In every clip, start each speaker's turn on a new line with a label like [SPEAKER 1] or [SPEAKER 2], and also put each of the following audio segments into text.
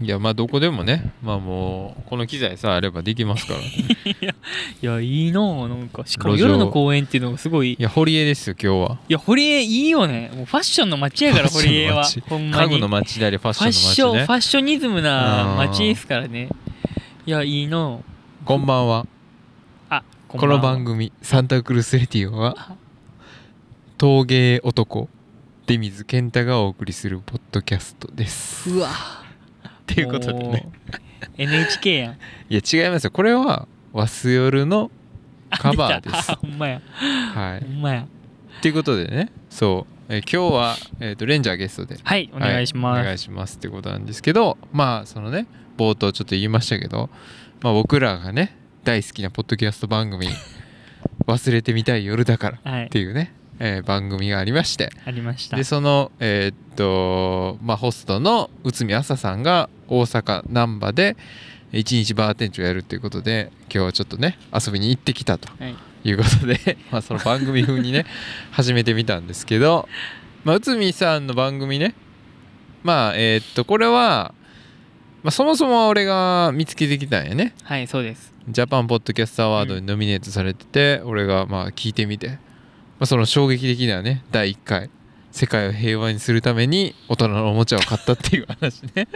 [SPEAKER 1] いやまあどこでもねまあもうこの機材さえあればできますから い
[SPEAKER 2] いやいいなあなんかしかも
[SPEAKER 1] 路上
[SPEAKER 2] 夜の公園っていうのがすごいい
[SPEAKER 1] や堀江ですよ今日は
[SPEAKER 2] や堀江いいよねもうファッションの街やか ら
[SPEAKER 1] ファッション
[SPEAKER 2] 堀江
[SPEAKER 1] の
[SPEAKER 2] は
[SPEAKER 1] 街
[SPEAKER 2] ほんま
[SPEAKER 1] 家具
[SPEAKER 2] に
[SPEAKER 1] の
[SPEAKER 2] ファ
[SPEAKER 1] 街でありファッション
[SPEAKER 2] ッショ
[SPEAKER 1] の
[SPEAKER 2] ン
[SPEAKER 1] 街ね
[SPEAKER 2] ファッショニズムな
[SPEAKER 1] うん
[SPEAKER 2] 街ですからねいやいいな
[SPEAKER 1] こんばんは
[SPEAKER 2] ああこ
[SPEAKER 1] この番
[SPEAKER 2] 組
[SPEAKER 1] 組「サンタクルスレディオ」は陶芸男出水健太がお送りするポッドキャストですっ
[SPEAKER 2] うわ
[SPEAKER 1] ていうことでね
[SPEAKER 2] もう NHK やん
[SPEAKER 1] いや違いますよこれは「ワスヨルの
[SPEAKER 2] あ
[SPEAKER 1] カバーで
[SPEAKER 2] 出た
[SPEAKER 1] す
[SPEAKER 2] あほんまや
[SPEAKER 1] は
[SPEAKER 2] ほ
[SPEAKER 1] い
[SPEAKER 2] んまや
[SPEAKER 1] っていうことでねそう、えー今日は、えー、とレンジャーゲストで
[SPEAKER 2] はいお願いしま
[SPEAKER 1] は
[SPEAKER 2] す、
[SPEAKER 1] お願いしますってことなんですけどまあそのね冒頭ちょっと言いましたけど、まあ、僕らがね大好きなポッドキャスト番 組「忘れてみたい夜だから」
[SPEAKER 2] はい
[SPEAKER 1] っていうね、えー番組がありまして
[SPEAKER 2] ありました
[SPEAKER 1] でそのえーっとまあホストの内海朝さんが大阪難波で一日バーテン長やるということで今日はちょっとね遊びに行ってきたと
[SPEAKER 2] はい
[SPEAKER 1] いうことで まあその番組風にね始めてみたんですけど、まあ、内海さんの番組ねまあえーっとこれは、まあ、そもそも俺が見つけてきたんやね
[SPEAKER 2] はいそうです
[SPEAKER 1] ジャパンポッドキャストアワードにノミネートされてて、俺がまあ聞いてみて、まあ、その衝撃的なね第1回世界を平和にするために大人のおもちゃを買ったっていう話ね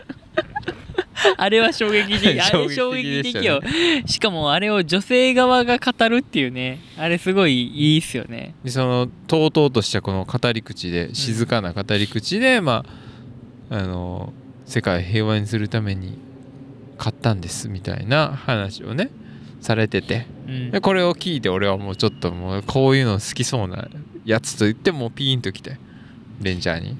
[SPEAKER 2] あれは衝撃的あれ衝
[SPEAKER 1] 衝
[SPEAKER 2] 撃
[SPEAKER 1] 撃的
[SPEAKER 2] 的
[SPEAKER 1] でした
[SPEAKER 2] よ
[SPEAKER 1] よ
[SPEAKER 2] しかもあれを女性側が語るっていうねあれすごいいいっすよね
[SPEAKER 1] でそのとうとうとしたこの語り口で静かな語り口で、まああの世界を平和にするために買ったんですみたいな話をねされてて
[SPEAKER 2] うん
[SPEAKER 1] でこれを聞いて俺はもうちょっともうこういうの好きそうなやつと言ってもうピーンときてレンジャーに。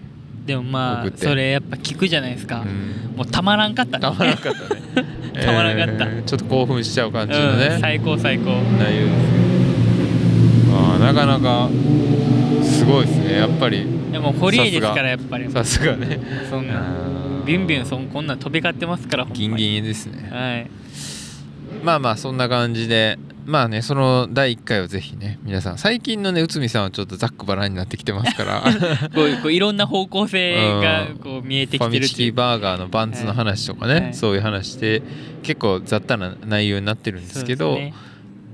[SPEAKER 2] でもま
[SPEAKER 1] 送
[SPEAKER 2] あ
[SPEAKER 1] って
[SPEAKER 2] それやっぱ聞くじゃないですか、
[SPEAKER 1] うん
[SPEAKER 2] もうたまらんかったね。
[SPEAKER 1] たまらなかったね
[SPEAKER 2] たまらなかった
[SPEAKER 1] えーちょっと興奮しちゃう感じの
[SPEAKER 2] うん、
[SPEAKER 1] ね、
[SPEAKER 2] 最高最高
[SPEAKER 1] 内容ですけど。ああ、なかなかすごいですね。やっぱり
[SPEAKER 2] でも堀江ですか
[SPEAKER 1] さす
[SPEAKER 2] ら
[SPEAKER 1] が
[SPEAKER 2] やっぱり
[SPEAKER 1] さすがね。
[SPEAKER 2] そんなビュンビュンそんこんなん飛び交ってますからほんまに
[SPEAKER 1] ギンギンですね。
[SPEAKER 2] はい
[SPEAKER 1] まあまあそんな感じで。まあねその第1回をぜひね皆さん最近のね内海さんはちょっとざっくばらんになってきてますからフ
[SPEAKER 2] こうこういろんな方向性が
[SPEAKER 1] うん
[SPEAKER 2] こう 見えて
[SPEAKER 1] ァ
[SPEAKER 2] きて
[SPEAKER 1] ミ
[SPEAKER 2] るっ
[SPEAKER 1] チ
[SPEAKER 2] てい
[SPEAKER 1] キ
[SPEAKER 2] う
[SPEAKER 1] バーガーのバンツの話とかね、
[SPEAKER 2] はい
[SPEAKER 1] そういう話で結構雑多な内容になってるんですけど
[SPEAKER 2] そうですね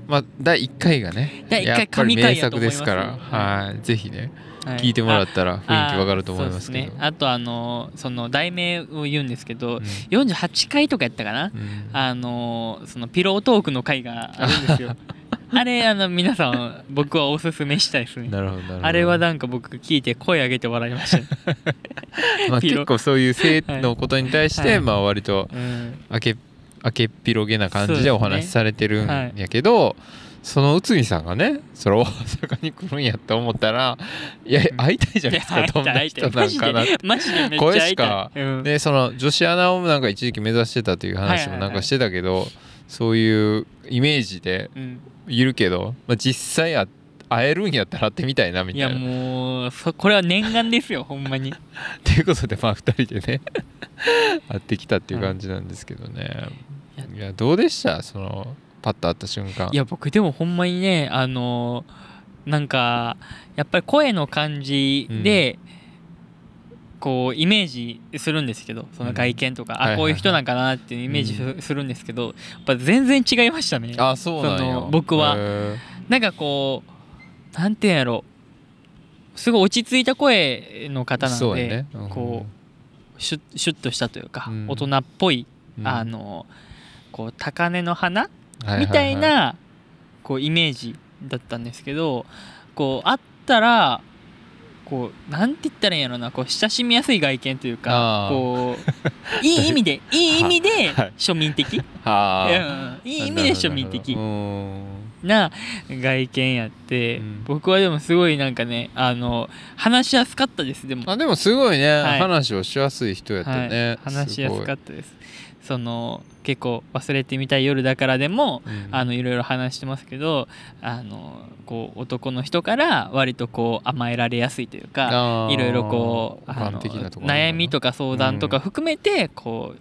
[SPEAKER 1] まあ第1回がね
[SPEAKER 2] 第一
[SPEAKER 1] や
[SPEAKER 2] 回
[SPEAKER 1] っぱり
[SPEAKER 2] 神回
[SPEAKER 1] 名
[SPEAKER 2] や
[SPEAKER 1] 作
[SPEAKER 2] と思い
[SPEAKER 1] で
[SPEAKER 2] ます
[SPEAKER 1] す
[SPEAKER 2] よ
[SPEAKER 1] から、
[SPEAKER 2] は
[SPEAKER 1] はい、ぜひね
[SPEAKER 2] は
[SPEAKER 1] 聞いてもらったら雰囲気わかると思いますけ
[SPEAKER 2] あそう
[SPEAKER 1] ど
[SPEAKER 2] で。ね、あとあのその題名を言うんですけど、
[SPEAKER 1] うん
[SPEAKER 2] 48回とかやったかな、
[SPEAKER 1] うん
[SPEAKER 2] あのそのピロートークの回があるん ですよあれあの皆さん僕はおすすめしたいですね
[SPEAKER 1] なるほどなるほど
[SPEAKER 2] あれはなんか僕聞いて声上げて笑いましたね、
[SPEAKER 1] まあ、
[SPEAKER 2] ピロ
[SPEAKER 1] 結構そういう性のことに対して、
[SPEAKER 2] はい
[SPEAKER 1] まあ割と
[SPEAKER 2] うん
[SPEAKER 1] 明け明けっぴろげな感
[SPEAKER 2] そう
[SPEAKER 1] じ
[SPEAKER 2] で
[SPEAKER 1] で
[SPEAKER 2] すね
[SPEAKER 1] お話しされてるんやけどそ,、の内海さんがねそれ大阪に来るんやって思ったらいや
[SPEAKER 2] うん
[SPEAKER 1] 会いたいじゃないですか、
[SPEAKER 2] 会い
[SPEAKER 1] どんな
[SPEAKER 2] たい
[SPEAKER 1] 人なんかなって
[SPEAKER 2] マジでマジでめっちゃ
[SPEAKER 1] 声
[SPEAKER 2] 会
[SPEAKER 1] し
[SPEAKER 2] いた
[SPEAKER 1] か
[SPEAKER 2] い、うん
[SPEAKER 1] でその女子アナをなんか一時期目指してたという話
[SPEAKER 2] は
[SPEAKER 1] も
[SPEAKER 2] いはいはい
[SPEAKER 1] なんかしてたけど、そういうイメージで
[SPEAKER 2] うん
[SPEAKER 1] いるけど、まあ、実際あ会えるんやったら会ってみたいなみ
[SPEAKER 2] い
[SPEAKER 1] たい
[SPEAKER 2] や
[SPEAKER 1] な。
[SPEAKER 2] もうそこれは念願ですよほん まに
[SPEAKER 1] ということでまあ2人でね会ってきたっていう感じなんですけどね、
[SPEAKER 2] はい
[SPEAKER 1] い、やどうでしたそのパッと会った瞬間
[SPEAKER 2] いや僕でもほんまにねあのなんかやっぱり声の感じで、こうイメージするんですけどその外見とか、
[SPEAKER 1] はいはいは
[SPEAKER 2] あ
[SPEAKER 1] い
[SPEAKER 2] こういう人なんかなっていうイメージす
[SPEAKER 1] う
[SPEAKER 2] するんですけど、やっぱ全然違いましたね
[SPEAKER 1] あそうなん
[SPEAKER 2] そ
[SPEAKER 1] や
[SPEAKER 2] の僕は
[SPEAKER 1] へー
[SPEAKER 2] なんかこうなんていうんやろすごい落ち着いた声の方な
[SPEAKER 1] そ
[SPEAKER 2] の
[SPEAKER 1] う
[SPEAKER 2] で、
[SPEAKER 1] やねうん
[SPEAKER 2] こうシュッシュッとしたというか、
[SPEAKER 1] うん
[SPEAKER 2] 大人っぽい、
[SPEAKER 1] うん
[SPEAKER 2] あのこう高嶺の花
[SPEAKER 1] ははは
[SPEAKER 2] みたいなこうイメージだったんですけどこうあったらこうなんて言ったらいいんやろなこう親しみやすい外見というか
[SPEAKER 1] あー
[SPEAKER 2] こういい意 味でいい意味で
[SPEAKER 1] はい
[SPEAKER 2] 庶民的、
[SPEAKER 1] はあ
[SPEAKER 2] うんいい意味で庶民的
[SPEAKER 1] なるほど
[SPEAKER 2] な外見やって、
[SPEAKER 1] うん
[SPEAKER 2] 僕はでもすごいなんかねあの話しやすかったですでも
[SPEAKER 1] うんあでもすごいね、
[SPEAKER 2] はい
[SPEAKER 1] 話をしやすい人やったよね、
[SPEAKER 2] はい、話しやすか
[SPEAKER 1] っ
[SPEAKER 2] ったですその結構忘れてみたい夜だからでも、
[SPEAKER 1] た、うん
[SPEAKER 2] あのいろいろ話してますけどあのこう男の人から割とこう甘えられやすいというか
[SPEAKER 1] あー
[SPEAKER 2] いろいろこうあ
[SPEAKER 1] 一般
[SPEAKER 2] の
[SPEAKER 1] 的なところ
[SPEAKER 2] 悩みとか相談とか
[SPEAKER 1] うん
[SPEAKER 2] 含めてこ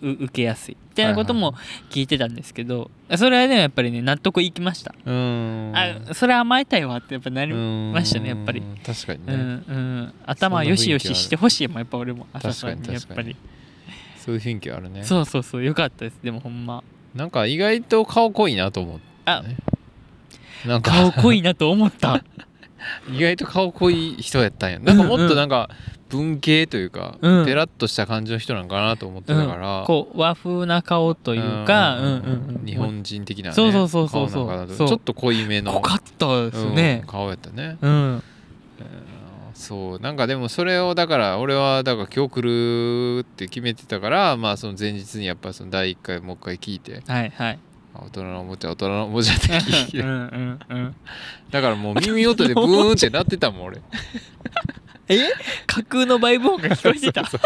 [SPEAKER 2] うう受けやすいみたいなこと
[SPEAKER 1] は
[SPEAKER 2] も
[SPEAKER 1] い
[SPEAKER 2] 聞いてたんですけど、それはでもやっぱりね納得いきました、
[SPEAKER 1] うん
[SPEAKER 2] あそれ甘えたいわってやっぱなりま
[SPEAKER 1] ま
[SPEAKER 2] したねやっぱり
[SPEAKER 1] 確かに
[SPEAKER 2] う
[SPEAKER 1] ね、
[SPEAKER 2] んうん、頭よしよししてほしいもんやっぱ俺も朝さんに
[SPEAKER 1] 確か
[SPEAKER 2] や
[SPEAKER 1] に
[SPEAKER 2] っぱり
[SPEAKER 1] そういう雰囲気あるね
[SPEAKER 2] そうそうそうよかったですでもほ んま
[SPEAKER 1] なんか意外と顔濃いなと思って、
[SPEAKER 2] あ
[SPEAKER 1] ね、なんか
[SPEAKER 2] 顔濃いなと思った
[SPEAKER 1] 意外と顔濃い人やったんやなんかもっとなんか文系というか、
[SPEAKER 2] うん
[SPEAKER 1] ペラッとした感じの人なんかなと思ってたから、
[SPEAKER 2] うん、こう和風な顔というか、うんうんうん、
[SPEAKER 1] 日本人的な、ね、
[SPEAKER 2] そうそうそうそう
[SPEAKER 1] 顔なんかだ
[SPEAKER 2] そ
[SPEAKER 1] と
[SPEAKER 2] う
[SPEAKER 1] ちょっと濃いめの
[SPEAKER 2] 濃かったですね
[SPEAKER 1] うん、顔やったね、
[SPEAKER 2] うん
[SPEAKER 1] うんそうなんかでもそれをだから俺はだから今日来るって決めてたからまあその前日にやっぱその第1回もう一回聞いて
[SPEAKER 2] はいはい
[SPEAKER 1] あ大人のおもちゃ大人のおもちゃって聞い て
[SPEAKER 2] うんうんうん
[SPEAKER 1] だからもう耳元でブーンって鳴ってたもん俺
[SPEAKER 2] え架空のバイブ音が聞こえてた
[SPEAKER 1] そう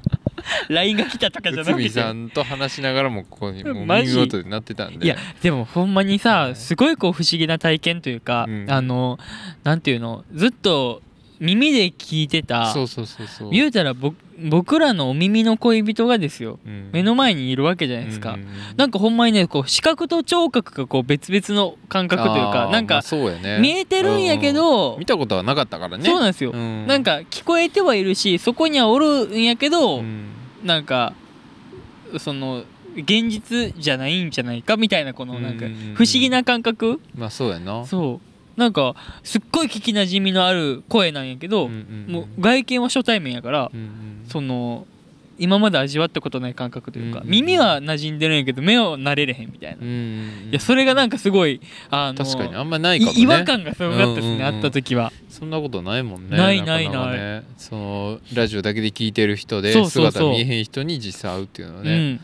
[SPEAKER 2] LINE が来たとかじゃな
[SPEAKER 1] 内
[SPEAKER 2] く
[SPEAKER 1] 海さ
[SPEAKER 2] て
[SPEAKER 1] んと話しながらもここにもう
[SPEAKER 2] マ
[SPEAKER 1] 耳
[SPEAKER 2] ジ
[SPEAKER 1] 元で鳴ってたんで
[SPEAKER 2] いやでもほんまに
[SPEAKER 1] は
[SPEAKER 2] さ
[SPEAKER 1] い
[SPEAKER 2] すごいこう不思議な体験というか、
[SPEAKER 1] うん
[SPEAKER 2] あのなんていうのずっと耳で聞いてた
[SPEAKER 1] そうそうそうそう
[SPEAKER 2] 言うたら僕僕らのお耳の恋人がですよ
[SPEAKER 1] うん
[SPEAKER 2] 目の前にいるわけじゃないですか、
[SPEAKER 1] うんうん
[SPEAKER 2] なんかほんまにねこう視覚と聴覚がこう別々の感覚という
[SPEAKER 1] あ
[SPEAKER 2] か
[SPEAKER 1] ー
[SPEAKER 2] なん
[SPEAKER 1] ま
[SPEAKER 2] か
[SPEAKER 1] あそうやね
[SPEAKER 2] 見えてるんやけど、
[SPEAKER 1] 見たことはなかったからね
[SPEAKER 2] そうなんですよ、
[SPEAKER 1] うん
[SPEAKER 2] なんか聞こえてはいるしそこにはおるんやけど、
[SPEAKER 1] うん
[SPEAKER 2] なんかその現実じゃないんじゃないかみたいなこのなんか
[SPEAKER 1] うんうんうん
[SPEAKER 2] 不思議な感覚、
[SPEAKER 1] まあそうやな
[SPEAKER 2] そうなんかすっごい聞きなじみのある声なんやけど、もう外見は初対面やから、
[SPEAKER 1] うんうん
[SPEAKER 2] その今まで味わったことない感覚というか、
[SPEAKER 1] うんうん
[SPEAKER 2] 耳は馴染んでるんやけど目は慣れれへんみたいな、
[SPEAKER 1] うん
[SPEAKER 2] い
[SPEAKER 1] うん
[SPEAKER 2] やそれがなんかすごいあの
[SPEAKER 1] 確かにあんまないかもね
[SPEAKER 2] い違和感がすごかったですね、
[SPEAKER 1] うんうんうん
[SPEAKER 2] 会った時は
[SPEAKER 1] そんなことないもんね
[SPEAKER 2] ないない
[SPEAKER 1] かかねそのラジオだけで聞いてる人で
[SPEAKER 2] そうそうそう
[SPEAKER 1] 姿見えへん人に実際会うっていうのはね、
[SPEAKER 2] うん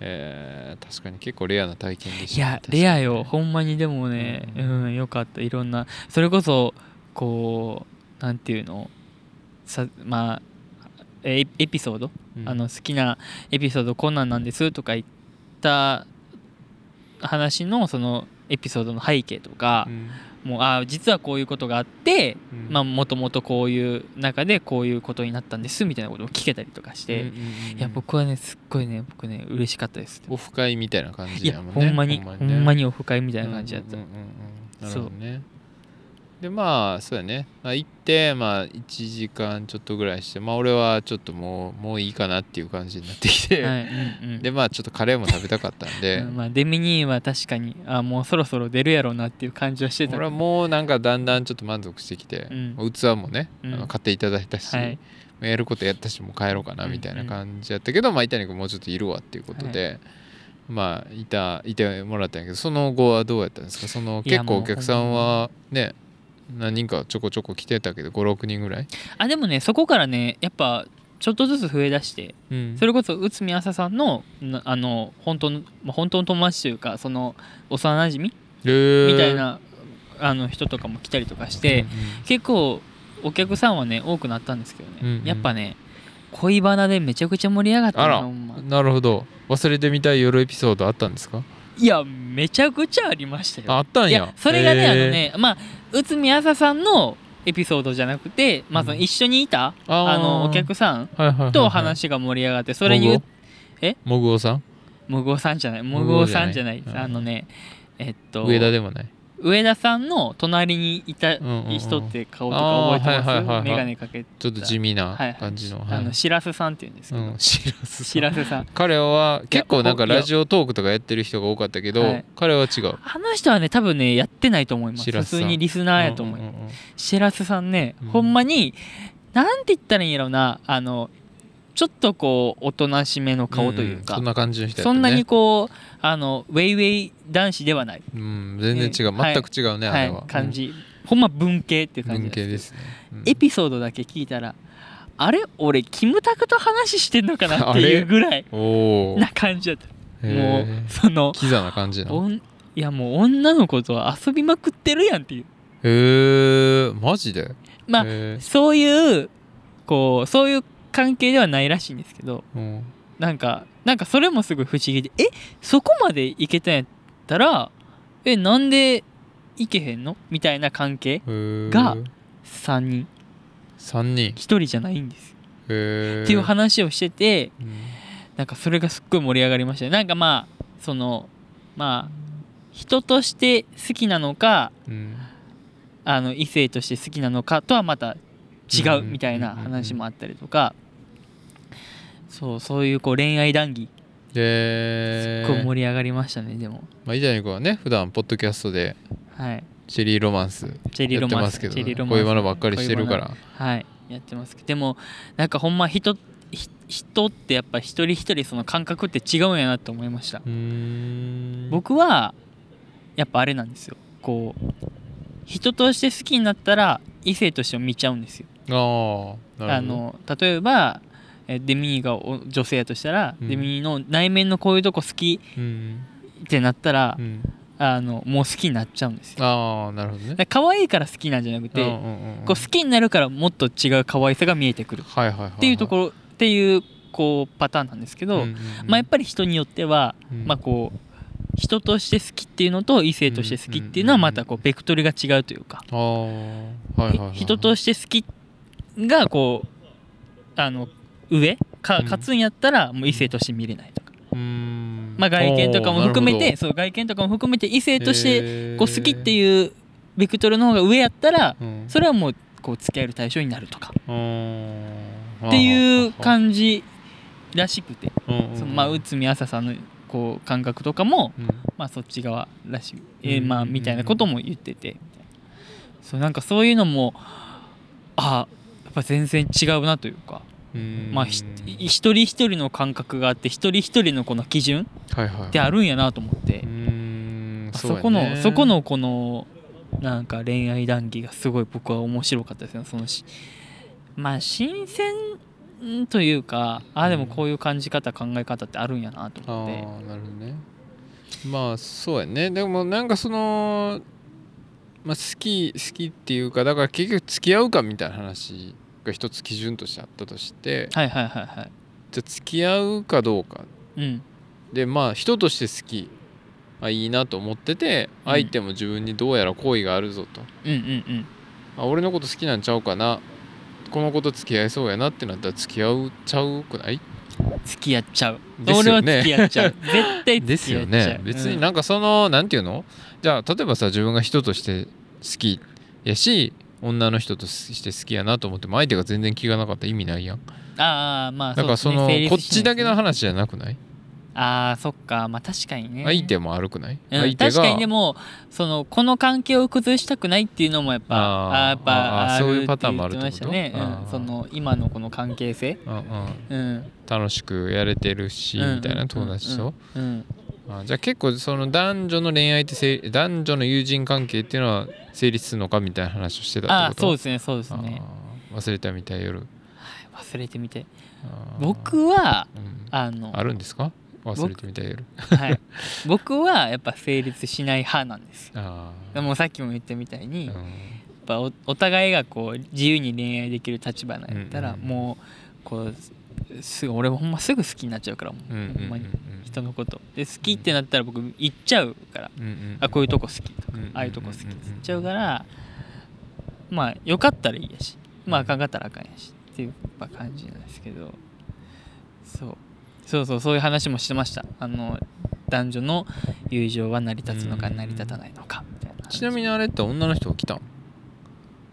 [SPEAKER 1] えー確かに結構レアな体験でし
[SPEAKER 2] い
[SPEAKER 1] たね
[SPEAKER 2] や
[SPEAKER 1] 確かに
[SPEAKER 2] レアよほんまにでもね
[SPEAKER 1] う
[SPEAKER 2] うんん、よかったいろんなそれこそこうなんていうのさまあエエピソード、
[SPEAKER 1] うん
[SPEAKER 2] あの好きなエピソードこんなんなんですとか言った話のそのエピソードの背景とか
[SPEAKER 1] う、ん
[SPEAKER 2] もうあ実はこういうことがあって、
[SPEAKER 1] うん
[SPEAKER 2] まあもともとこういう中でこういうことになったんですみたいなことも聞けたりとかして、
[SPEAKER 1] うんうんうん
[SPEAKER 2] いや僕はねすっごいね僕ね嬉しかったです
[SPEAKER 1] オフ会みたいな感
[SPEAKER 2] い
[SPEAKER 1] じ
[SPEAKER 2] や
[SPEAKER 1] やもんね
[SPEAKER 2] ほんまに
[SPEAKER 1] ほ
[SPEAKER 2] ほ
[SPEAKER 1] んまにね
[SPEAKER 2] んまにオフ会みたいな感じだった、
[SPEAKER 1] うんうんうんうんなるほどねでまあそうやね、まあ、行ってまあ1時間ちょっとぐらいしてまあ俺はちょっともうもういいかなっていう感じになってきて、
[SPEAKER 2] はいうんうん
[SPEAKER 1] でまあちょっとカレーも食べたかったんで、
[SPEAKER 2] うんまあ、デミニーは確かにあもうそろそろ出るやろうなっていう感じはしてた
[SPEAKER 1] 俺はもうなんかだんだんちょっと満足してきて、
[SPEAKER 2] うん
[SPEAKER 1] 器もね、
[SPEAKER 2] うん
[SPEAKER 1] あの買っていただいたし、
[SPEAKER 2] はい
[SPEAKER 1] やることやったしもう帰ろうかなみたいな感じやったけど、まあ板に君もうちょっといるわっていうことで、まあいたいてもらったんやけどその後はどうやったんですかその
[SPEAKER 2] いや
[SPEAKER 1] 結構
[SPEAKER 2] もう
[SPEAKER 1] お客さんはね何人かちょこちょこ来てたけど56人ぐらい、
[SPEAKER 2] あでもねそこからねやっぱちょっとずつ増えだして
[SPEAKER 1] うん
[SPEAKER 2] それこそ内海朝さんのなあの本当の、まあ、本当の友達というかその幼馴染みみたいなあの人とかも来たりとかして、結構お客さんはね多くなったんですけどね、
[SPEAKER 1] うんうん
[SPEAKER 2] やっぱね恋バナでめちゃくちゃ盛り上がった
[SPEAKER 1] あ
[SPEAKER 2] な
[SPEAKER 1] ら
[SPEAKER 2] ほんま
[SPEAKER 1] なるほど忘れてみたい夜エピソードあったんですか
[SPEAKER 2] いやめちゃくちゃありましたよ
[SPEAKER 1] ああったんや
[SPEAKER 2] いやそれがね、
[SPEAKER 1] へー
[SPEAKER 2] あのねまあ内海朝さんのエピソードじゃなくて、まあ、その
[SPEAKER 1] うん
[SPEAKER 2] 一緒にいた、
[SPEAKER 1] あー
[SPEAKER 2] あのお客さん
[SPEAKER 1] はいはいはいはい
[SPEAKER 2] と話が盛り上がってそれに
[SPEAKER 1] も
[SPEAKER 2] う
[SPEAKER 1] ぐお
[SPEAKER 2] え
[SPEAKER 1] もぐおさん
[SPEAKER 2] もぐおさんじゃないもぐおさんじゃない
[SPEAKER 1] もぐおじゃない
[SPEAKER 2] あのねえっと
[SPEAKER 1] 上田でもない
[SPEAKER 2] 上田さんの隣にいた
[SPEAKER 1] んうんうん
[SPEAKER 2] 人って顔とか覚えて
[SPEAKER 1] あーはいはいはいは
[SPEAKER 2] ま
[SPEAKER 1] い
[SPEAKER 2] す眼鏡かけて
[SPEAKER 1] ちょっと地味な
[SPEAKER 2] はいはい
[SPEAKER 1] 感じの,、はい
[SPEAKER 2] あのしらすさんっていうんですけど、
[SPEAKER 1] うん、しらすさ
[SPEAKER 2] し
[SPEAKER 1] ん
[SPEAKER 2] らすさん
[SPEAKER 1] 彼は結構なんか
[SPEAKER 2] いや
[SPEAKER 1] ラジオトークとかやってる人が多かったけど、
[SPEAKER 2] はい
[SPEAKER 1] 彼は違う
[SPEAKER 2] あの人はね多分ねやってないと思います
[SPEAKER 1] し
[SPEAKER 2] 普
[SPEAKER 1] らすさん
[SPEAKER 2] 通にリスナーやと思いま
[SPEAKER 1] う
[SPEAKER 2] す、
[SPEAKER 1] んうんうん
[SPEAKER 2] シらすさんね、
[SPEAKER 1] うん
[SPEAKER 2] ほんまになんて言ったらいいんやろうなあのちょっとこうおとなしめの顔という
[SPEAKER 1] ん
[SPEAKER 2] か、
[SPEAKER 1] そんな感じの人やった
[SPEAKER 2] そ
[SPEAKER 1] ね
[SPEAKER 2] んなにこうあのウェイウェイ男子ではない、
[SPEAKER 1] うん、全然違う、
[SPEAKER 2] えー
[SPEAKER 1] 全く違うね、
[SPEAKER 2] は、、
[SPEAKER 1] あれはい
[SPEAKER 2] 感じ、ほんま文系っていう
[SPEAKER 1] うん
[SPEAKER 2] 感じな
[SPEAKER 1] 文
[SPEAKER 2] んですけ
[SPEAKER 1] 系
[SPEAKER 2] ど
[SPEAKER 1] ですね、うん
[SPEAKER 2] エピソードだけ聞いたらあれ俺キムタクと話してんの かなっていうぐらい
[SPEAKER 1] おお
[SPEAKER 2] な感じだったもうその
[SPEAKER 1] キザな感じな
[SPEAKER 2] おんいやもう女の子とは遊びまくってるやんっていう
[SPEAKER 1] へえマジで
[SPEAKER 2] まあ
[SPEAKER 1] へー
[SPEAKER 2] そういうこうそういう関係ではないらしいんですけど
[SPEAKER 1] うん
[SPEAKER 2] なんかなんかそれもすごい不思議でえそこまで行けたんやったらえなんで行けへんのみたいな関係
[SPEAKER 1] へー
[SPEAKER 2] が3人
[SPEAKER 1] 三人
[SPEAKER 2] 1人じゃないんですよ
[SPEAKER 1] へー
[SPEAKER 2] っていう話をしてて
[SPEAKER 1] うん
[SPEAKER 2] なんかそれがすっごい盛り上がりましたねなんかまあそのまあ人として好きなのか
[SPEAKER 1] うん
[SPEAKER 2] あの異性として好きなのかとはまた違ううんみたいな話もあったりとかそうそういうこう恋愛談義す
[SPEAKER 1] で
[SPEAKER 2] っごい盛り上がりましたねでも
[SPEAKER 1] まあ、伊谷君はね普段ポッドキャストで
[SPEAKER 2] はい
[SPEAKER 1] チェリーロマンス
[SPEAKER 2] チェリー
[SPEAKER 1] や
[SPEAKER 2] ロ
[SPEAKER 1] って
[SPEAKER 2] マン
[SPEAKER 1] ます
[SPEAKER 2] ス
[SPEAKER 1] けど、
[SPEAKER 2] チェリ
[SPEAKER 1] ね、
[SPEAKER 2] ーロマンス
[SPEAKER 1] こういうものばっかりしてるから
[SPEAKER 2] はいやってますけどでもなんかほんま人ひ人ってやっぱ一人一人その感覚って違うんやなって思いました
[SPEAKER 1] うーん
[SPEAKER 2] 僕はやっぱあれなんですよこう人として好きになったら異性としても見ちゃうんですよ
[SPEAKER 1] ああな
[SPEAKER 2] あ
[SPEAKER 1] るほど
[SPEAKER 2] の例えばえデミーがお女性やとしたら、
[SPEAKER 1] うん
[SPEAKER 2] デミーの内面のこういうとこ好き
[SPEAKER 1] うん
[SPEAKER 2] ってなったら、
[SPEAKER 1] うん
[SPEAKER 2] あのもう好きになっちゃうんですよ
[SPEAKER 1] ああなるほどね
[SPEAKER 2] だから可愛いから好きなんじゃなくて、
[SPEAKER 1] うんうんうん
[SPEAKER 2] こう好きになるからもっと違う可愛さが見えてくるっ
[SPEAKER 1] はいはいはいは
[SPEAKER 2] ていうところ、っていうこうパターンなんですけど、
[SPEAKER 1] うんうんうん
[SPEAKER 2] まあ、やっぱり人によっては、
[SPEAKER 1] うん
[SPEAKER 2] まあ、こう人として好きっていうのと異性として好きっていうのはまたこうベクトルが違うというか、
[SPEAKER 1] あーはいはいはいはい
[SPEAKER 2] ひ人として好きがこうあの上か
[SPEAKER 1] うん
[SPEAKER 2] 勝つんやったらもう異性として見れないとか、
[SPEAKER 1] うーん
[SPEAKER 2] まあ、外見とかも含め
[SPEAKER 1] おーな
[SPEAKER 2] て
[SPEAKER 1] る
[SPEAKER 2] そう外見とかも含めて異性
[SPEAKER 1] ほど
[SPEAKER 2] として
[SPEAKER 1] へー
[SPEAKER 2] こう好きっていうベクトルの方が上やったら
[SPEAKER 1] うん
[SPEAKER 2] それはもうこう付き合える対象になるとか
[SPEAKER 1] うーん
[SPEAKER 2] ってい
[SPEAKER 1] じ
[SPEAKER 2] う感じらしくてそ
[SPEAKER 1] そ
[SPEAKER 2] のまあ内海朝さんのこう感覚とかもまあそっち側らしい、えー
[SPEAKER 1] うん
[SPEAKER 2] まあみたいなことも言っててそうなんかそういうのもあやっぱ全然違うなというか、まあひ一人一人の感覚があって一人一人のこの基準
[SPEAKER 1] はいはい
[SPEAKER 2] ってあるんやなと思って、
[SPEAKER 1] うーん
[SPEAKER 2] あそう
[SPEAKER 1] やね
[SPEAKER 2] このそこのこのなんか恋愛談義がすごい僕は面白かったですねそのしまあ新鮮というかあでもこういう感じ方考え方ってあるんやなと
[SPEAKER 1] あ
[SPEAKER 2] 思って。
[SPEAKER 1] ーなるほどねまあそうやねでもなんかそのまあ好き好きっていうかだから結局付き合うかみたいな話が一つ基準としてあったとして
[SPEAKER 2] はいはいはいはい。
[SPEAKER 1] じゃあ付き合うかどうか
[SPEAKER 2] うん。
[SPEAKER 1] でまあ人として好きあいいなと思ってて
[SPEAKER 2] うん
[SPEAKER 1] 相手も自分にどうやら好意があるぞと、
[SPEAKER 2] うんうん
[SPEAKER 1] あ俺のこと好きなんちゃうかなこのこと付き合いそうやなってなったら付き合うちゃうくない
[SPEAKER 2] うん。付き合っちゃう。
[SPEAKER 1] です
[SPEAKER 2] 俺
[SPEAKER 1] よ
[SPEAKER 2] は
[SPEAKER 1] ね
[SPEAKER 2] 付き合っち ゃう。絶対
[SPEAKER 1] で
[SPEAKER 2] 付
[SPEAKER 1] す
[SPEAKER 2] き合
[SPEAKER 1] よ
[SPEAKER 2] っちゃう。
[SPEAKER 1] ね別に
[SPEAKER 2] な。
[SPEAKER 1] なんかその、なんていうのじゃあ例えばさ自分が人として好きやし女の人として好きやなと思っても相手が全然気がなかったら意味ないやん
[SPEAKER 2] ああまあ
[SPEAKER 1] だからその
[SPEAKER 2] うですね
[SPEAKER 1] こっちだけの。
[SPEAKER 2] 成立し
[SPEAKER 1] 話じ
[SPEAKER 2] ないですね
[SPEAKER 1] ゃなくない
[SPEAKER 2] ああそっかまあ確かにね。
[SPEAKER 1] 相手も悪くない
[SPEAKER 2] うん
[SPEAKER 1] 相手
[SPEAKER 2] 確かに
[SPEAKER 1] が
[SPEAKER 2] でもそのこの関係を崩したくないっていうのもやっぱ
[SPEAKER 1] あー
[SPEAKER 2] あーやっぱ
[SPEAKER 1] あー
[SPEAKER 2] あ
[SPEAKER 1] そういう
[SPEAKER 2] る
[SPEAKER 1] パターンもあるって
[SPEAKER 2] 言
[SPEAKER 1] こ
[SPEAKER 2] っ
[SPEAKER 1] と
[SPEAKER 2] てましたね、
[SPEAKER 1] あ
[SPEAKER 2] う
[SPEAKER 1] ー
[SPEAKER 2] ん、その今のこの関係性、
[SPEAKER 1] うんうん
[SPEAKER 2] うん、
[SPEAKER 1] 楽しくやれてるし
[SPEAKER 2] うん
[SPEAKER 1] みたいな友達と
[SPEAKER 2] うんうん
[SPEAKER 1] あじゃあ結構その男女の恋愛ってせい男女の友人関係っていうのは成立するのかみたいな話をしてた
[SPEAKER 2] あ
[SPEAKER 1] ってこ
[SPEAKER 2] あ
[SPEAKER 1] と
[SPEAKER 2] そうですねそうですね
[SPEAKER 1] あー忘れたみたい夜
[SPEAKER 2] 忘れてみて
[SPEAKER 1] あー
[SPEAKER 2] 僕は
[SPEAKER 1] うん
[SPEAKER 2] あの
[SPEAKER 1] あるんですか忘れてみたい夜
[SPEAKER 2] はい、僕はやっぱ成立しない派なんですよ
[SPEAKER 1] あー
[SPEAKER 2] でもさっきも言ったみたいに、
[SPEAKER 1] う
[SPEAKER 2] やっ
[SPEAKER 1] ん
[SPEAKER 2] ぱおお互いがこう自由に恋愛できる立場なんやったら、
[SPEAKER 1] うんうん
[SPEAKER 2] もうこうすぐ俺ほんますぐ好きになっちゃうからもう、
[SPEAKER 1] うん
[SPEAKER 2] ほんまに
[SPEAKER 1] うん
[SPEAKER 2] 人のことで好きってなったら僕行っちゃうから、
[SPEAKER 1] うんうん
[SPEAKER 2] あこういうとこ好きとか、
[SPEAKER 1] うん
[SPEAKER 2] ああいうとこ好きって言っちゃうから、まあよかったらいいやしまああかんかったらあかんやしっていうまあ感じなんですけどそうそうそうそういう話もしてましたあの男女の友情は成り立つのか
[SPEAKER 1] うん
[SPEAKER 2] 成り立たないのかみたいな話
[SPEAKER 1] ちなみにあれって女の人が来たん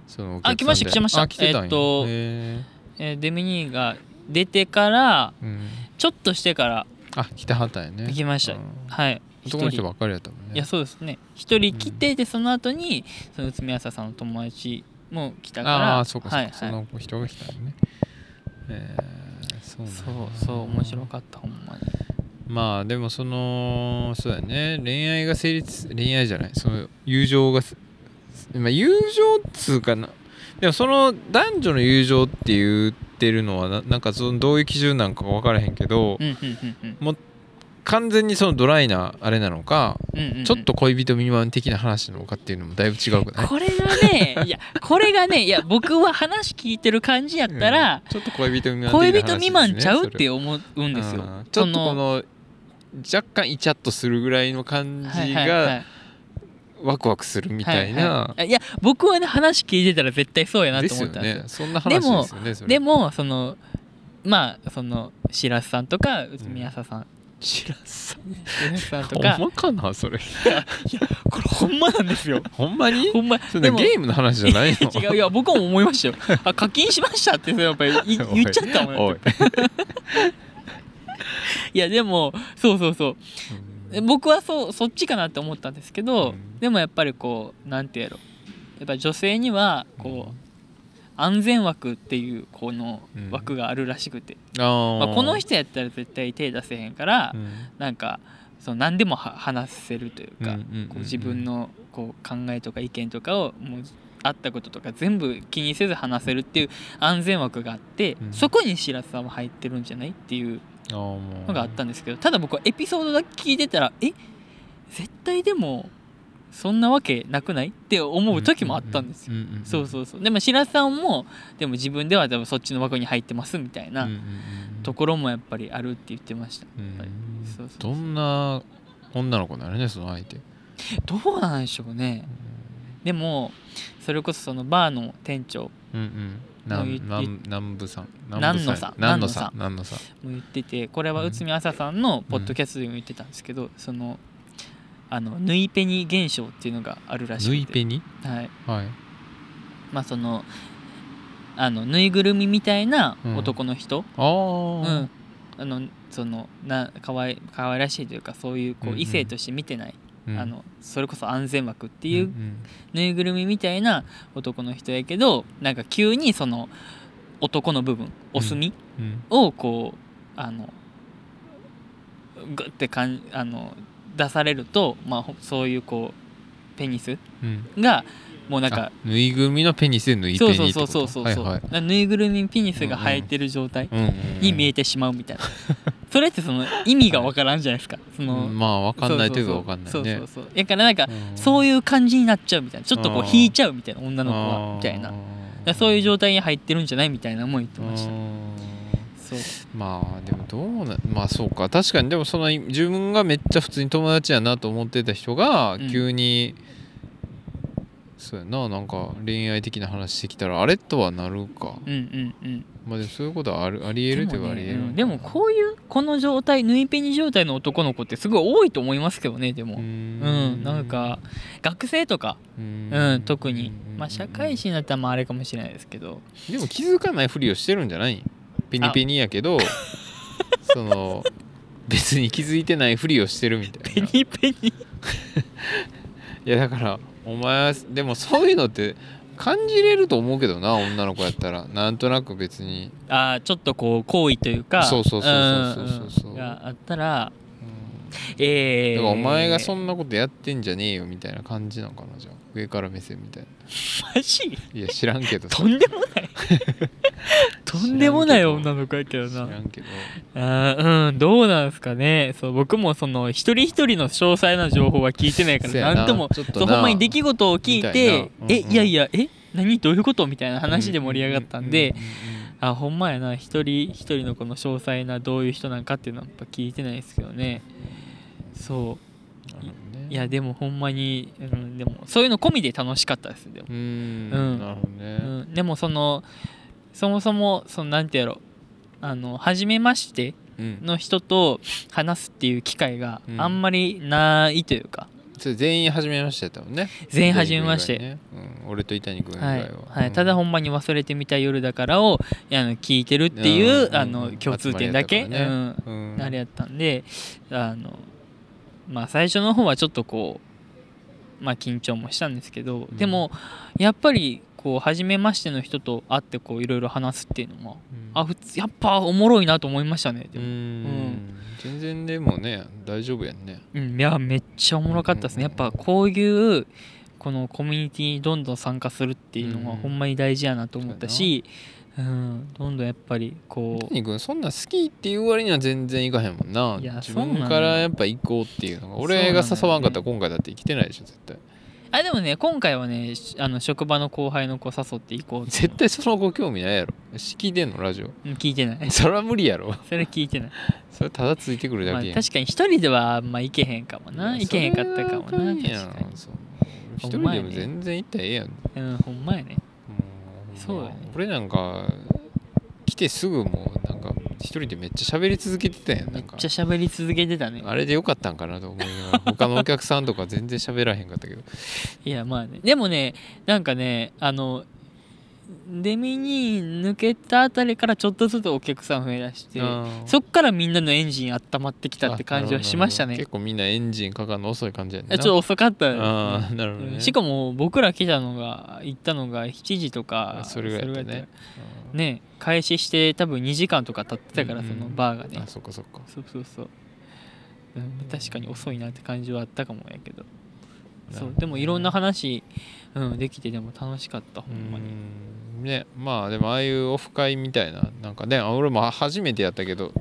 [SPEAKER 1] そのお客さんで
[SPEAKER 2] あ来ました来ました
[SPEAKER 1] あ来てたんや
[SPEAKER 2] えっと
[SPEAKER 1] へ
[SPEAKER 2] えーデミニーが出てから
[SPEAKER 1] ーうん
[SPEAKER 2] ちょっとしてから
[SPEAKER 1] あ来てはったんやね
[SPEAKER 2] 来ました
[SPEAKER 1] うん
[SPEAKER 2] はい
[SPEAKER 1] 男の
[SPEAKER 2] 一
[SPEAKER 1] 人
[SPEAKER 2] 人
[SPEAKER 1] ばっかりやったもんね
[SPEAKER 2] いやそうですね一人来て、でその後にその内宮朝さんの友達も来たから
[SPEAKER 1] ああーそうかそうか、
[SPEAKER 2] はいはい、
[SPEAKER 1] その人が来たんやねえーそうなんや
[SPEAKER 2] そうそう面白かったほんまに
[SPEAKER 1] まあでもそのそうだね恋愛が成立恋愛じゃないその友情が、まあ、友情っつうかなでもその男女の友情って言ってるのはななんかそのどういう基準なんか分からへんけど、
[SPEAKER 2] うんうん
[SPEAKER 1] 完全にそのドライなあれなのか、
[SPEAKER 2] うんうんうんうん
[SPEAKER 1] ちょっと恋人未満的な話なのかっていうのもだいぶ違うくない
[SPEAKER 2] これがねいやこれがねいや僕は話聞いてる感じやったら
[SPEAKER 1] う、んちょっと恋人未満的な話
[SPEAKER 2] 恋
[SPEAKER 1] ですね、
[SPEAKER 2] 人未満ちゃうっ
[SPEAKER 1] それ
[SPEAKER 2] て思うんですよ
[SPEAKER 1] あーちょっとこ
[SPEAKER 2] その
[SPEAKER 1] の若干イチャッとするぐらいの感じ
[SPEAKER 2] はいはいは
[SPEAKER 1] がワクワクするみたい
[SPEAKER 2] はは
[SPEAKER 1] な
[SPEAKER 2] はい、いや僕はね話聞いてたら絶対そうやな
[SPEAKER 1] で
[SPEAKER 2] と
[SPEAKER 1] す
[SPEAKER 2] 思っ
[SPEAKER 1] よ
[SPEAKER 2] たんですよ
[SPEAKER 1] ね。そんな話ですよね。それ
[SPEAKER 2] でもそのまあその白洲さんとか宇都宮さん、
[SPEAKER 1] 知らさ
[SPEAKER 2] 白洲さんと
[SPEAKER 1] ほ
[SPEAKER 2] か
[SPEAKER 1] んまかなそれ。
[SPEAKER 2] これほんまなんですよ
[SPEAKER 1] ほんまに？
[SPEAKER 2] ほんま
[SPEAKER 1] そんなゲームの話じゃないの？
[SPEAKER 2] 違ういや 僕も思いましたよあ課金しましたってそれやっぱりい言っちゃったもん
[SPEAKER 1] おい。
[SPEAKER 2] いやでもそうそうそう
[SPEAKER 1] うん
[SPEAKER 2] 僕はそうそっちかなって思ったんですけど、
[SPEAKER 1] うん
[SPEAKER 2] でもやっぱりこうなんてやろやっぱ女性にはこう、
[SPEAKER 1] うん
[SPEAKER 2] 安全枠っていうこの
[SPEAKER 1] うん
[SPEAKER 2] 枠があるらしくて、
[SPEAKER 1] あー
[SPEAKER 2] まあ、この人やったら絶対手出せへんから、
[SPEAKER 1] うん
[SPEAKER 2] なんかその何でもは話せるというか、
[SPEAKER 1] うんうんうんうん
[SPEAKER 2] こう自分のこう考えとか意見とかをもうあったこととか全部気にせず話せるっていう安全枠があって、
[SPEAKER 1] うん
[SPEAKER 2] そこに白洲さんは入ってるんじゃないっていう
[SPEAKER 1] あーもう
[SPEAKER 2] のがあったんですけどただ僕はエピソードだけ聞いてたらえ絶対でもそんなわけなくないって思う時もあったんですよ。
[SPEAKER 1] うんうんうん
[SPEAKER 2] そうそうそうでも白洲さんもでも自分ではでもそっちの枠に入ってますみたい
[SPEAKER 1] う
[SPEAKER 2] な
[SPEAKER 1] んうんうん
[SPEAKER 2] ところもやっぱりあるって言ってました。
[SPEAKER 1] うん
[SPEAKER 2] はいそうそう
[SPEAKER 1] どんな女の子なのねその相手
[SPEAKER 2] どうなんでしょうねでもそれこそそのバーの店長も
[SPEAKER 1] うんうん
[SPEAKER 2] も
[SPEAKER 1] な
[SPEAKER 2] う言
[SPEAKER 1] ん
[SPEAKER 2] っ
[SPEAKER 1] なん南部さん
[SPEAKER 2] 南野さん
[SPEAKER 1] 南野さん南野さん
[SPEAKER 2] 言っててこれは
[SPEAKER 1] うん
[SPEAKER 2] 内海朝さんのポッドキャストでも言ってたんですけど、そのあの縫いペニ現象っていうのがあるらしく
[SPEAKER 1] 縫
[SPEAKER 2] て
[SPEAKER 1] いペニ
[SPEAKER 2] はい
[SPEAKER 1] はい
[SPEAKER 2] まあそのあのぬいぐるみみたいな男の人、
[SPEAKER 1] あ
[SPEAKER 2] う
[SPEAKER 1] ー
[SPEAKER 2] んあのそのなかわいかわいらしいというかそういうこ
[SPEAKER 1] うんう
[SPEAKER 2] うん異性として見てない、
[SPEAKER 1] うん
[SPEAKER 2] あのそれこそ安全枠って
[SPEAKER 1] て
[SPEAKER 2] いうぬいぐるみみたいな男の人やけどなんか急にその男の部分お墨をこうあのグッてかんあの出されると、まあほ、そういうこうペニスがもうなんか
[SPEAKER 1] 縫いぐるみのペニスで縫いペ
[SPEAKER 2] そう
[SPEAKER 1] ニ
[SPEAKER 2] そう
[SPEAKER 1] って
[SPEAKER 2] そ
[SPEAKER 1] こと
[SPEAKER 2] うそうそう
[SPEAKER 1] はい
[SPEAKER 2] そう、
[SPEAKER 1] はい
[SPEAKER 2] なぬいぐるみにペニスが生えてる状態
[SPEAKER 1] うんうんうん
[SPEAKER 2] に見えてしまうみたいな、それってその意味がわからんじゃないですかその、
[SPEAKER 1] うんまあわかんないというかわかんない
[SPEAKER 2] そう
[SPEAKER 1] ね
[SPEAKER 2] そうそうだからなんか、そう
[SPEAKER 1] い
[SPEAKER 2] いう感じになっちゃうみたいなちょっとこう
[SPEAKER 1] あー
[SPEAKER 2] 引いちゃうみたいな女
[SPEAKER 1] う
[SPEAKER 2] の子はみたいなだからそういう状態に入ってるんじゃないみたいなのも言ってましたそう
[SPEAKER 1] まあでもどうなまあそうか確かにでもその自分がめっちゃ普通に友達やなと思ってた人が
[SPEAKER 2] うん
[SPEAKER 1] 急に、そうやななんか恋愛的な話してきたらあれとはなるか、
[SPEAKER 2] うんうんうん
[SPEAKER 1] まあでもそういうことはあるありえ
[SPEAKER 2] で
[SPEAKER 1] る
[SPEAKER 2] も
[SPEAKER 1] といえばあり
[SPEAKER 2] ね
[SPEAKER 1] える
[SPEAKER 2] うんでもこういうこの状態縫いペニ状態の男の子ってすごい多いと思いますけどねで
[SPEAKER 1] う
[SPEAKER 2] も
[SPEAKER 1] ん
[SPEAKER 2] うんなんか学生とか
[SPEAKER 1] うん
[SPEAKER 2] うん特に
[SPEAKER 1] うん
[SPEAKER 2] まあ社会人になったらまああれかもしれないですけど
[SPEAKER 1] でも気づかないふりをしてるんじゃないペニペニや けどその別に気づいてないふりをしてるみた
[SPEAKER 2] ペ
[SPEAKER 1] いな
[SPEAKER 2] ニペニ
[SPEAKER 1] いやだからお前はでもそういうのって感じれると思うけどな女の子やったらなんとなく別に
[SPEAKER 2] あーちょっとこう好意というか
[SPEAKER 1] そうそうそうそうそうそうそうん
[SPEAKER 2] んがあったら
[SPEAKER 1] うんだ
[SPEAKER 2] ええ
[SPEAKER 1] からお前がそ
[SPEAKER 2] ん
[SPEAKER 1] んなことやってんじゃねえよみたいな感じなのかなじゃあ上から目線みたいな
[SPEAKER 2] マジ
[SPEAKER 1] いや知らんけど
[SPEAKER 2] とんでもない とんでもない女の子やけど
[SPEAKER 1] 知ら
[SPEAKER 2] なん
[SPEAKER 1] けど
[SPEAKER 2] あーうんどうなんすかねそう僕もその一人一人の詳細な情報は聞いてないか
[SPEAKER 1] そや
[SPEAKER 2] らなんとも
[SPEAKER 1] ちょっ
[SPEAKER 2] そうほんまに出来事を聞い
[SPEAKER 1] みたい
[SPEAKER 2] て
[SPEAKER 1] な
[SPEAKER 2] 「
[SPEAKER 1] うん
[SPEAKER 2] え
[SPEAKER 1] うん
[SPEAKER 2] いやいやえ何どういうこと?」みたいな話で盛り上がったんで、あほんまやな一人一人のこの詳細などういう人なんかっていうのはやっぱ聞いてないですけどねそ
[SPEAKER 1] うんうんうんうんなるほどね
[SPEAKER 2] ういやでもほんまに、うん、でもそういうの込みで楽しかったですでも
[SPEAKER 1] う、ーん
[SPEAKER 2] うん
[SPEAKER 1] なるほど
[SPEAKER 2] う
[SPEAKER 1] ね
[SPEAKER 2] ん、でもそのそもそもそのなんてやろあの初めまして
[SPEAKER 1] うん
[SPEAKER 2] の人と話すっていう機会が
[SPEAKER 1] うん
[SPEAKER 2] あんまりないというか、
[SPEAKER 1] それ全員初めましてやったもんね
[SPEAKER 2] 全員初めまして
[SPEAKER 1] 伊谷君以外ねうん俺と伊谷君以
[SPEAKER 2] は
[SPEAKER 1] 外
[SPEAKER 2] い
[SPEAKER 1] は
[SPEAKER 2] はい、ただほんまに忘れてみたい夜だからをあの聞いてるっていう、
[SPEAKER 1] うん
[SPEAKER 2] あ
[SPEAKER 1] う
[SPEAKER 2] の
[SPEAKER 1] ん
[SPEAKER 2] 共通点だけ、
[SPEAKER 1] 集まりやったから
[SPEAKER 2] う
[SPEAKER 1] うん
[SPEAKER 2] ん、あれやったんであの、まあ、最初の方はちょっとこう、まあ、緊張もしたんですけど、
[SPEAKER 1] うん
[SPEAKER 2] でもやっぱりこう初めましての人と会ってこういろいろ話すっていうのも
[SPEAKER 1] うん
[SPEAKER 2] あ普通やっぱおもろいなと思いましたね
[SPEAKER 1] う
[SPEAKER 2] で
[SPEAKER 1] ー
[SPEAKER 2] も、
[SPEAKER 1] ん全然でもね大丈夫やんね
[SPEAKER 2] うん、いやめっちゃおもろかったですねやっぱこういうこのコミュニティにどんどん参加するっていうのは
[SPEAKER 1] うん
[SPEAKER 2] ほんまに大事やなと思ったし、うん、どんどんやっぱりこ
[SPEAKER 1] 伊谷君そんな好きっていう割には全然行かへんもんない
[SPEAKER 2] や
[SPEAKER 1] 自
[SPEAKER 2] そうな
[SPEAKER 1] 分
[SPEAKER 2] の
[SPEAKER 1] からやっぱ行こうっていうのが俺が誘わんかったら今回だって行きてないでしょ絶対
[SPEAKER 2] うあでもね今回はねしあの職場の後輩の子誘っていこうっていう
[SPEAKER 1] 絶対そのご興味ないやろ聞いてんのラジオ
[SPEAKER 2] うん聞いてない
[SPEAKER 1] それは無理やろ
[SPEAKER 2] それ聞いてない、
[SPEAKER 1] それただついてくる
[SPEAKER 2] ま
[SPEAKER 1] だ
[SPEAKER 2] あ、
[SPEAKER 1] けやん
[SPEAKER 2] 確かに一人ではあんま行けへんかもな行けへんかったかもな確かに、
[SPEAKER 1] そう一人でも全然行ったらええやんも
[SPEAKER 2] うん、ほんまやね
[SPEAKER 1] う
[SPEAKER 2] そうだね
[SPEAKER 1] 俺なんか来てすぐもうなんか一人でめっちゃ喋り続けてたやん
[SPEAKER 2] め
[SPEAKER 1] な
[SPEAKER 2] っ
[SPEAKER 1] んか
[SPEAKER 2] ちゃ喋り続けてたね
[SPEAKER 1] あれでよかったんかなと思いなが ら他のお客さんとか全然喋らへんかったけど
[SPEAKER 2] いやまあねでもねなんかねあのデミに抜けたあたりからちょっとずつお客さん増えだして
[SPEAKER 1] あー
[SPEAKER 2] そっからみんなのエンジン温まってきたって感じはしました
[SPEAKER 1] あな
[SPEAKER 2] ね
[SPEAKER 1] るほどなるほど結構みんなエンジンかかるの遅い感じやねん
[SPEAKER 2] え
[SPEAKER 1] な
[SPEAKER 2] ちょっと遅かったです
[SPEAKER 1] ああなるほどね
[SPEAKER 2] しかも僕ら来たのが行ったのが7時とか
[SPEAKER 1] あそれぐらいやったね
[SPEAKER 2] それぐらいだったね開始して多分2時間とか経ってたから
[SPEAKER 1] うん
[SPEAKER 2] そ
[SPEAKER 1] うん
[SPEAKER 2] のバーがね、
[SPEAKER 1] あそっかそっか
[SPEAKER 2] そうそうそう、うん、確かに遅いなって感じはあったかもやけど
[SPEAKER 1] なる
[SPEAKER 2] そ
[SPEAKER 1] ほど
[SPEAKER 2] う
[SPEAKER 1] ね
[SPEAKER 2] でもいろんな話、うん、できてでも楽しかったほ
[SPEAKER 1] うん
[SPEAKER 2] まに
[SPEAKER 1] んねまあでもああいうオフ会みたいななんかねあ俺も初めてやったけど、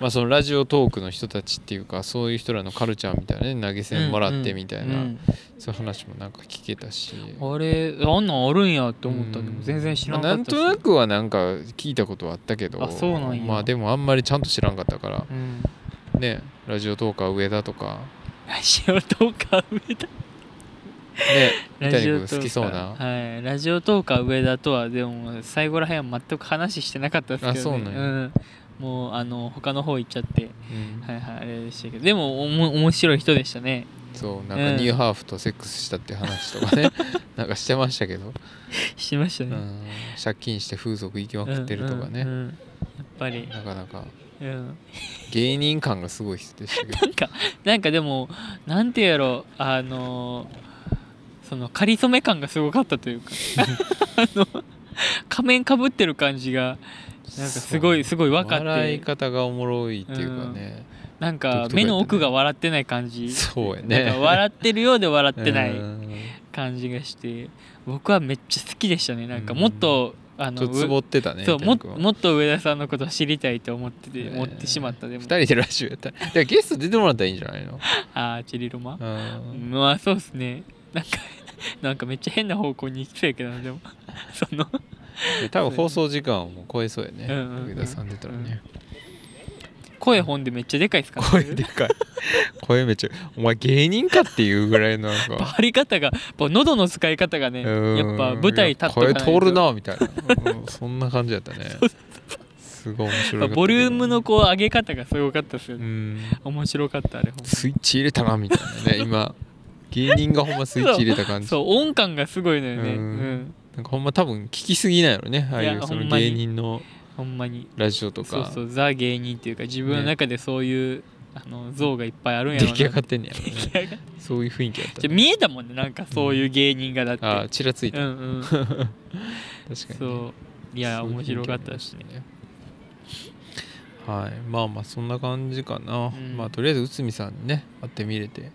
[SPEAKER 1] まあ、そのラジオトークの人たちっていうかそういう人らのカルチャーみたいなね投げ銭もらってみたいな、
[SPEAKER 2] うん
[SPEAKER 1] そういう話もなんか聞けたし。
[SPEAKER 2] うんあれあんなんあるんやって思ったで
[SPEAKER 1] う
[SPEAKER 2] も
[SPEAKER 1] ん
[SPEAKER 2] 全然知らな
[SPEAKER 1] ま
[SPEAKER 2] か
[SPEAKER 1] あ
[SPEAKER 2] っ
[SPEAKER 1] ん
[SPEAKER 2] たし
[SPEAKER 1] となくはなんか聞いたことはあったけど
[SPEAKER 2] あそうなんや
[SPEAKER 1] まあでもあんまりちゃんと知らんかったから
[SPEAKER 2] うん
[SPEAKER 1] ねラジオトーカー上田とか
[SPEAKER 2] ラジオトーカー上田
[SPEAKER 1] ね三
[SPEAKER 2] ラジオ
[SPEAKER 1] 谷君
[SPEAKER 2] トーカー
[SPEAKER 1] 好きそうな
[SPEAKER 2] はいラジオトーカー上田とはでも最後らへんは全く話してなかったですけど、ね、
[SPEAKER 1] あそうなんや
[SPEAKER 2] んもうあの他の方行っちゃって
[SPEAKER 1] うん
[SPEAKER 2] はいはいあれでしたけどでもおも面白い人でし たね
[SPEAKER 1] そうなんか
[SPEAKER 2] うん
[SPEAKER 1] ニューハーフとセックスしたっていう話とか ねなんかしてましたけど
[SPEAKER 2] しました
[SPEAKER 1] う
[SPEAKER 2] ね、
[SPEAKER 1] ん借金して風俗行きまくってるとか
[SPEAKER 2] うんう
[SPEAKER 1] ね
[SPEAKER 2] んうんやっぱり、
[SPEAKER 1] なかなか
[SPEAKER 2] うん、
[SPEAKER 1] 芸人感がすごい人でしたけど
[SPEAKER 2] なんかでもなんてやろうあのその仮初め感がすごかった というかあの仮面かぶってる感じがなんかすごい
[SPEAKER 1] そう
[SPEAKER 2] すごい分かって
[SPEAKER 1] 笑い方がおもろいっていうかね
[SPEAKER 2] なん
[SPEAKER 1] 独特や
[SPEAKER 2] か
[SPEAKER 1] ったね
[SPEAKER 2] 目の奥が笑ってない感じ
[SPEAKER 1] そうや
[SPEAKER 2] なん
[SPEAKER 1] ね
[SPEAKER 2] か笑ってるようで笑ってな
[SPEAKER 1] う
[SPEAKER 2] い
[SPEAKER 1] ん
[SPEAKER 2] 感じがして僕はめっちゃ好きでしたねなんか
[SPEAKER 1] うん
[SPEAKER 2] もっとあ
[SPEAKER 1] ちょ
[SPEAKER 2] の
[SPEAKER 1] っとつぼってたね
[SPEAKER 2] そうもっ
[SPEAKER 1] 三谷君は
[SPEAKER 2] もっと上田さんのこと知りたいと思ってて思ってしまったでも
[SPEAKER 1] 2人でラジオやったらだからゲスト出てもらったらいいんじゃないの
[SPEAKER 2] ああチェリロマ
[SPEAKER 1] うん
[SPEAKER 2] まあそうですねなんか なんかめっちゃ変な方向に行きそうやけどなでも その
[SPEAKER 1] 多分放送時間をもう超えそうやね
[SPEAKER 2] うんうんうん
[SPEAKER 1] 上田さん出たらね
[SPEAKER 2] 声本でめっちゃでかいっすから
[SPEAKER 1] 声でかい声めっちゃお前芸人かっていうぐらいのなんか
[SPEAKER 2] 張り方がやっぱ喉の使い方がね
[SPEAKER 1] うん
[SPEAKER 2] やっぱ舞台立っとかないと
[SPEAKER 1] 声通るなみたいな、うんそんな感じやったねすごい面白い、
[SPEAKER 2] ボリュームのこう上げ方がすごかったですよ
[SPEAKER 1] う
[SPEAKER 2] ね、
[SPEAKER 1] ん
[SPEAKER 2] 面白かったあれほんま
[SPEAKER 1] スイッチ入れたなみたいな ね今芸人がほんまスイッチ入れた感じ
[SPEAKER 2] そう音感がすごいのよねう
[SPEAKER 1] うんん、なんかほんま多分聞きすぎないのねああ
[SPEAKER 2] い
[SPEAKER 1] い
[SPEAKER 2] や
[SPEAKER 1] うそ
[SPEAKER 2] ほ
[SPEAKER 1] の
[SPEAKER 2] んまに
[SPEAKER 1] 芸人の
[SPEAKER 2] ほんまに
[SPEAKER 1] ラジオと
[SPEAKER 2] そう
[SPEAKER 1] か
[SPEAKER 2] そうザ芸人っていうか自分の中でそういう、あの像がいっぱいあるんやろ
[SPEAKER 1] 出
[SPEAKER 2] な
[SPEAKER 1] 来上がってんねやろね
[SPEAKER 2] 出来上がっ
[SPEAKER 1] そういう雰囲気やった
[SPEAKER 2] じゃ
[SPEAKER 1] ね、
[SPEAKER 2] 見えたもんねなんかそういう芸人がだって、
[SPEAKER 1] ああちらついた、
[SPEAKER 2] うんうん
[SPEAKER 1] 確かにね、
[SPEAKER 2] そういや
[SPEAKER 1] そうう
[SPEAKER 2] 面白かった
[SPEAKER 1] 雰囲気ありま
[SPEAKER 2] しね
[SPEAKER 1] ねはいまあまあそんな感じかな、
[SPEAKER 2] ん
[SPEAKER 1] まあとりあえず内海さんにね会ってみれて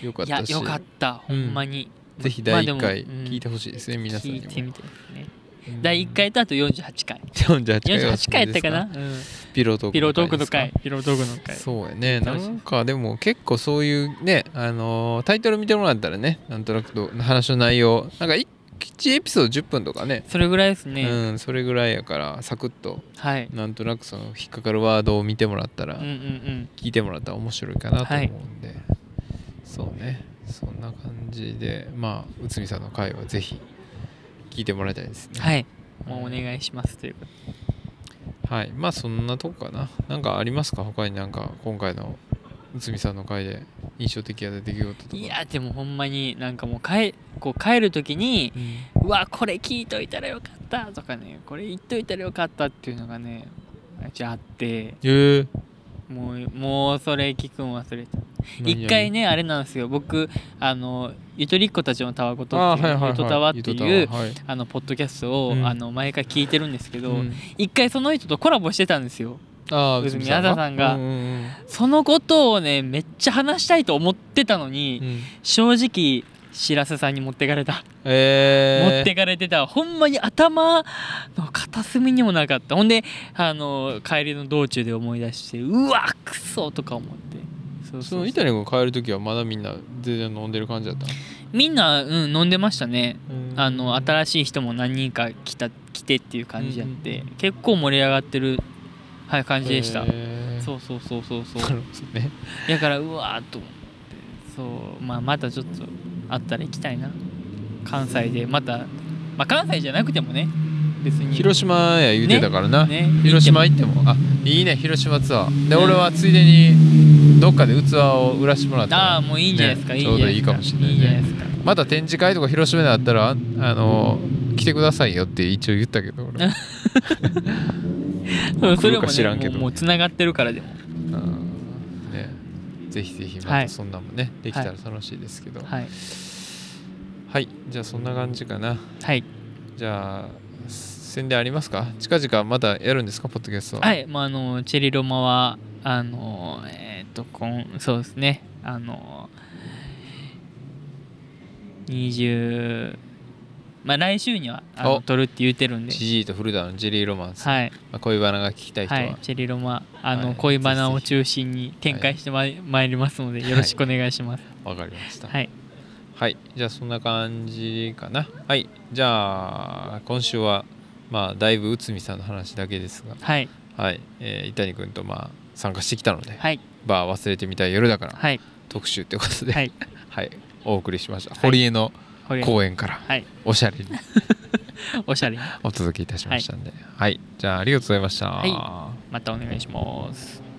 [SPEAKER 1] よかっ
[SPEAKER 2] いや
[SPEAKER 1] たし
[SPEAKER 2] よかったほんまに、
[SPEAKER 1] ぜひ第1回
[SPEAKER 2] まあでもうん
[SPEAKER 1] 聞いてほしいですね、皆さん
[SPEAKER 2] 聞
[SPEAKER 1] に
[SPEAKER 2] い
[SPEAKER 1] も
[SPEAKER 2] てみてですね
[SPEAKER 1] うん
[SPEAKER 2] 第1回とあと48回
[SPEAKER 1] 48回は
[SPEAKER 2] 48回やったかな、うん
[SPEAKER 1] ピロートークの回
[SPEAKER 2] ピロートークの
[SPEAKER 1] ですか
[SPEAKER 2] 回ピロートークの回
[SPEAKER 1] そうやねな
[SPEAKER 2] 楽しい
[SPEAKER 1] んかでも結構そういうねあのータイトル見てもらったらねなんとなくと話の内容なんか 1, エピソード10分とかね
[SPEAKER 2] それぐらいですね、
[SPEAKER 1] うんそれぐらいやからサクッと
[SPEAKER 2] はい
[SPEAKER 1] なんとなくその引っかかるワードを見てもらったら、
[SPEAKER 2] うんうんうん
[SPEAKER 1] 聞いてもらったら面白いかなと思うんで、そうねそんな感じでまあ内海さんの回はぜひ聞いてもらいたいですね
[SPEAKER 2] はい
[SPEAKER 1] うん
[SPEAKER 2] もうお願いしますということで
[SPEAKER 1] はいまあそんなとこかななんかありますか他になんか今回の内海さんの回で印象的や出来事とか
[SPEAKER 2] いやでもほんまになんかもう帰こう帰る時に
[SPEAKER 1] うん
[SPEAKER 2] うわこれ聞いといたらよかったとかねこれ言っといたらよかったっていうのがねじゃああって
[SPEAKER 1] ええ
[SPEAKER 2] もうもうそれ聞くん忘れて
[SPEAKER 1] 何
[SPEAKER 2] 一
[SPEAKER 1] や
[SPEAKER 2] 回ねあれなんですよ僕あのゆとりっ子たちのたわごと
[SPEAKER 1] あー
[SPEAKER 2] ってい
[SPEAKER 1] はいうはいはい
[SPEAKER 2] ゆとたわって
[SPEAKER 1] ゆとた
[SPEAKER 2] いう
[SPEAKER 1] わはい
[SPEAKER 2] あのポッドキャストを、
[SPEAKER 1] うん
[SPEAKER 2] あの毎回聞いてるんですけど
[SPEAKER 1] うん
[SPEAKER 2] 一、回その人とコラボしてたんですよ
[SPEAKER 1] ああ
[SPEAKER 2] うず
[SPEAKER 1] 内
[SPEAKER 2] み
[SPEAKER 1] 海さ
[SPEAKER 2] あ
[SPEAKER 1] んが
[SPEAKER 2] ざさんが
[SPEAKER 1] うんうん
[SPEAKER 2] そのことをねめっちゃ話したいと思ってたのに、
[SPEAKER 1] うんうん
[SPEAKER 2] 正直しらすさんに持ってかれた、
[SPEAKER 1] えー
[SPEAKER 2] 持ってかれてたほんまに頭の片隅にもなかったほんであの帰りの道中で思い出してうわクソとか思ってそう
[SPEAKER 1] そ
[SPEAKER 2] そう
[SPEAKER 1] の
[SPEAKER 2] そう
[SPEAKER 1] 板谷君帰る時はまだみんな全然飲んでる感じだった
[SPEAKER 2] みんな、うん、飲んでましたね
[SPEAKER 1] の
[SPEAKER 2] あの
[SPEAKER 1] い
[SPEAKER 2] 新しい人も何人か来た来てっていう感じやって、
[SPEAKER 1] うんうん
[SPEAKER 2] 結構盛り上がってる、はい、感じでした、
[SPEAKER 1] う
[SPEAKER 2] そうそうそうそうそ
[SPEAKER 1] なる
[SPEAKER 2] う
[SPEAKER 1] ほどね
[SPEAKER 2] だからうわーっと思ってそう、まあ、またちょっとあったら行きたいな関西でまた、まあ、関西じゃなくてもね別に
[SPEAKER 1] 広島や言うてたからな、
[SPEAKER 2] ね
[SPEAKER 1] 広島行ってもあいいね広島ツアーで、
[SPEAKER 2] うん
[SPEAKER 1] 俺はついでにどっかで器を売らしてもらったら
[SPEAKER 2] ああもういいんじゃないですか、
[SPEAKER 1] ね
[SPEAKER 2] いいんじゃ
[SPEAKER 1] ちょう
[SPEAKER 2] な
[SPEAKER 1] どいいかもしれないね
[SPEAKER 2] いいじゃないですか
[SPEAKER 1] また展示会とか広島であったらああのー来てくださいよって一応言ったけど俺
[SPEAKER 2] うん
[SPEAKER 1] 来
[SPEAKER 2] それ
[SPEAKER 1] る
[SPEAKER 2] も
[SPEAKER 1] か知ら
[SPEAKER 2] ね
[SPEAKER 1] んけど
[SPEAKER 2] もうもう繋がってるからでも
[SPEAKER 1] うんねぜひぜひま
[SPEAKER 2] は
[SPEAKER 1] た
[SPEAKER 2] い
[SPEAKER 1] そんなんもね、できたら楽しいですけどはい、
[SPEAKER 2] はい
[SPEAKER 1] じゃあそんな感じかな
[SPEAKER 2] はい、
[SPEAKER 1] じゃあ宣伝ありますか近々まだやるんですかポッドキャストは
[SPEAKER 2] はいまあ、あのチェリロマはあのえっ、とこんそうですねあの20まあ来週にはあ
[SPEAKER 1] お
[SPEAKER 2] の撮るって言ってるんで
[SPEAKER 1] ジジイと古田のジェリーロマンス、
[SPEAKER 2] はい
[SPEAKER 1] まあ、恋バナが聞きたい人
[SPEAKER 2] は
[SPEAKER 1] は、
[SPEAKER 2] い、チェリロマあの、
[SPEAKER 1] はい
[SPEAKER 2] 恋バナを中心に展開してまい,、りますのでよろしくお願いします。
[SPEAKER 1] わかりました
[SPEAKER 2] は
[SPEAKER 1] はい、
[SPEAKER 2] い、
[SPEAKER 1] じゃあそんな感じかなはいじゃあ今週はまあだいぶ内海さんの話だけですが
[SPEAKER 2] はい、
[SPEAKER 1] はい、えー、伊谷君とまあ参加してきたので、
[SPEAKER 2] はい、
[SPEAKER 1] バー忘れてみたい夜だから
[SPEAKER 2] はい、
[SPEAKER 1] 特集ということで、
[SPEAKER 2] は
[SPEAKER 1] はいい、お送りしました。
[SPEAKER 2] い
[SPEAKER 1] 堀江の
[SPEAKER 2] これ
[SPEAKER 1] 公園から
[SPEAKER 2] はい、
[SPEAKER 1] おしゃれに
[SPEAKER 2] おしゃれに、
[SPEAKER 1] お届けいたしましたんで、はい、じゃあありがとうございました。
[SPEAKER 2] はいまたお願いします。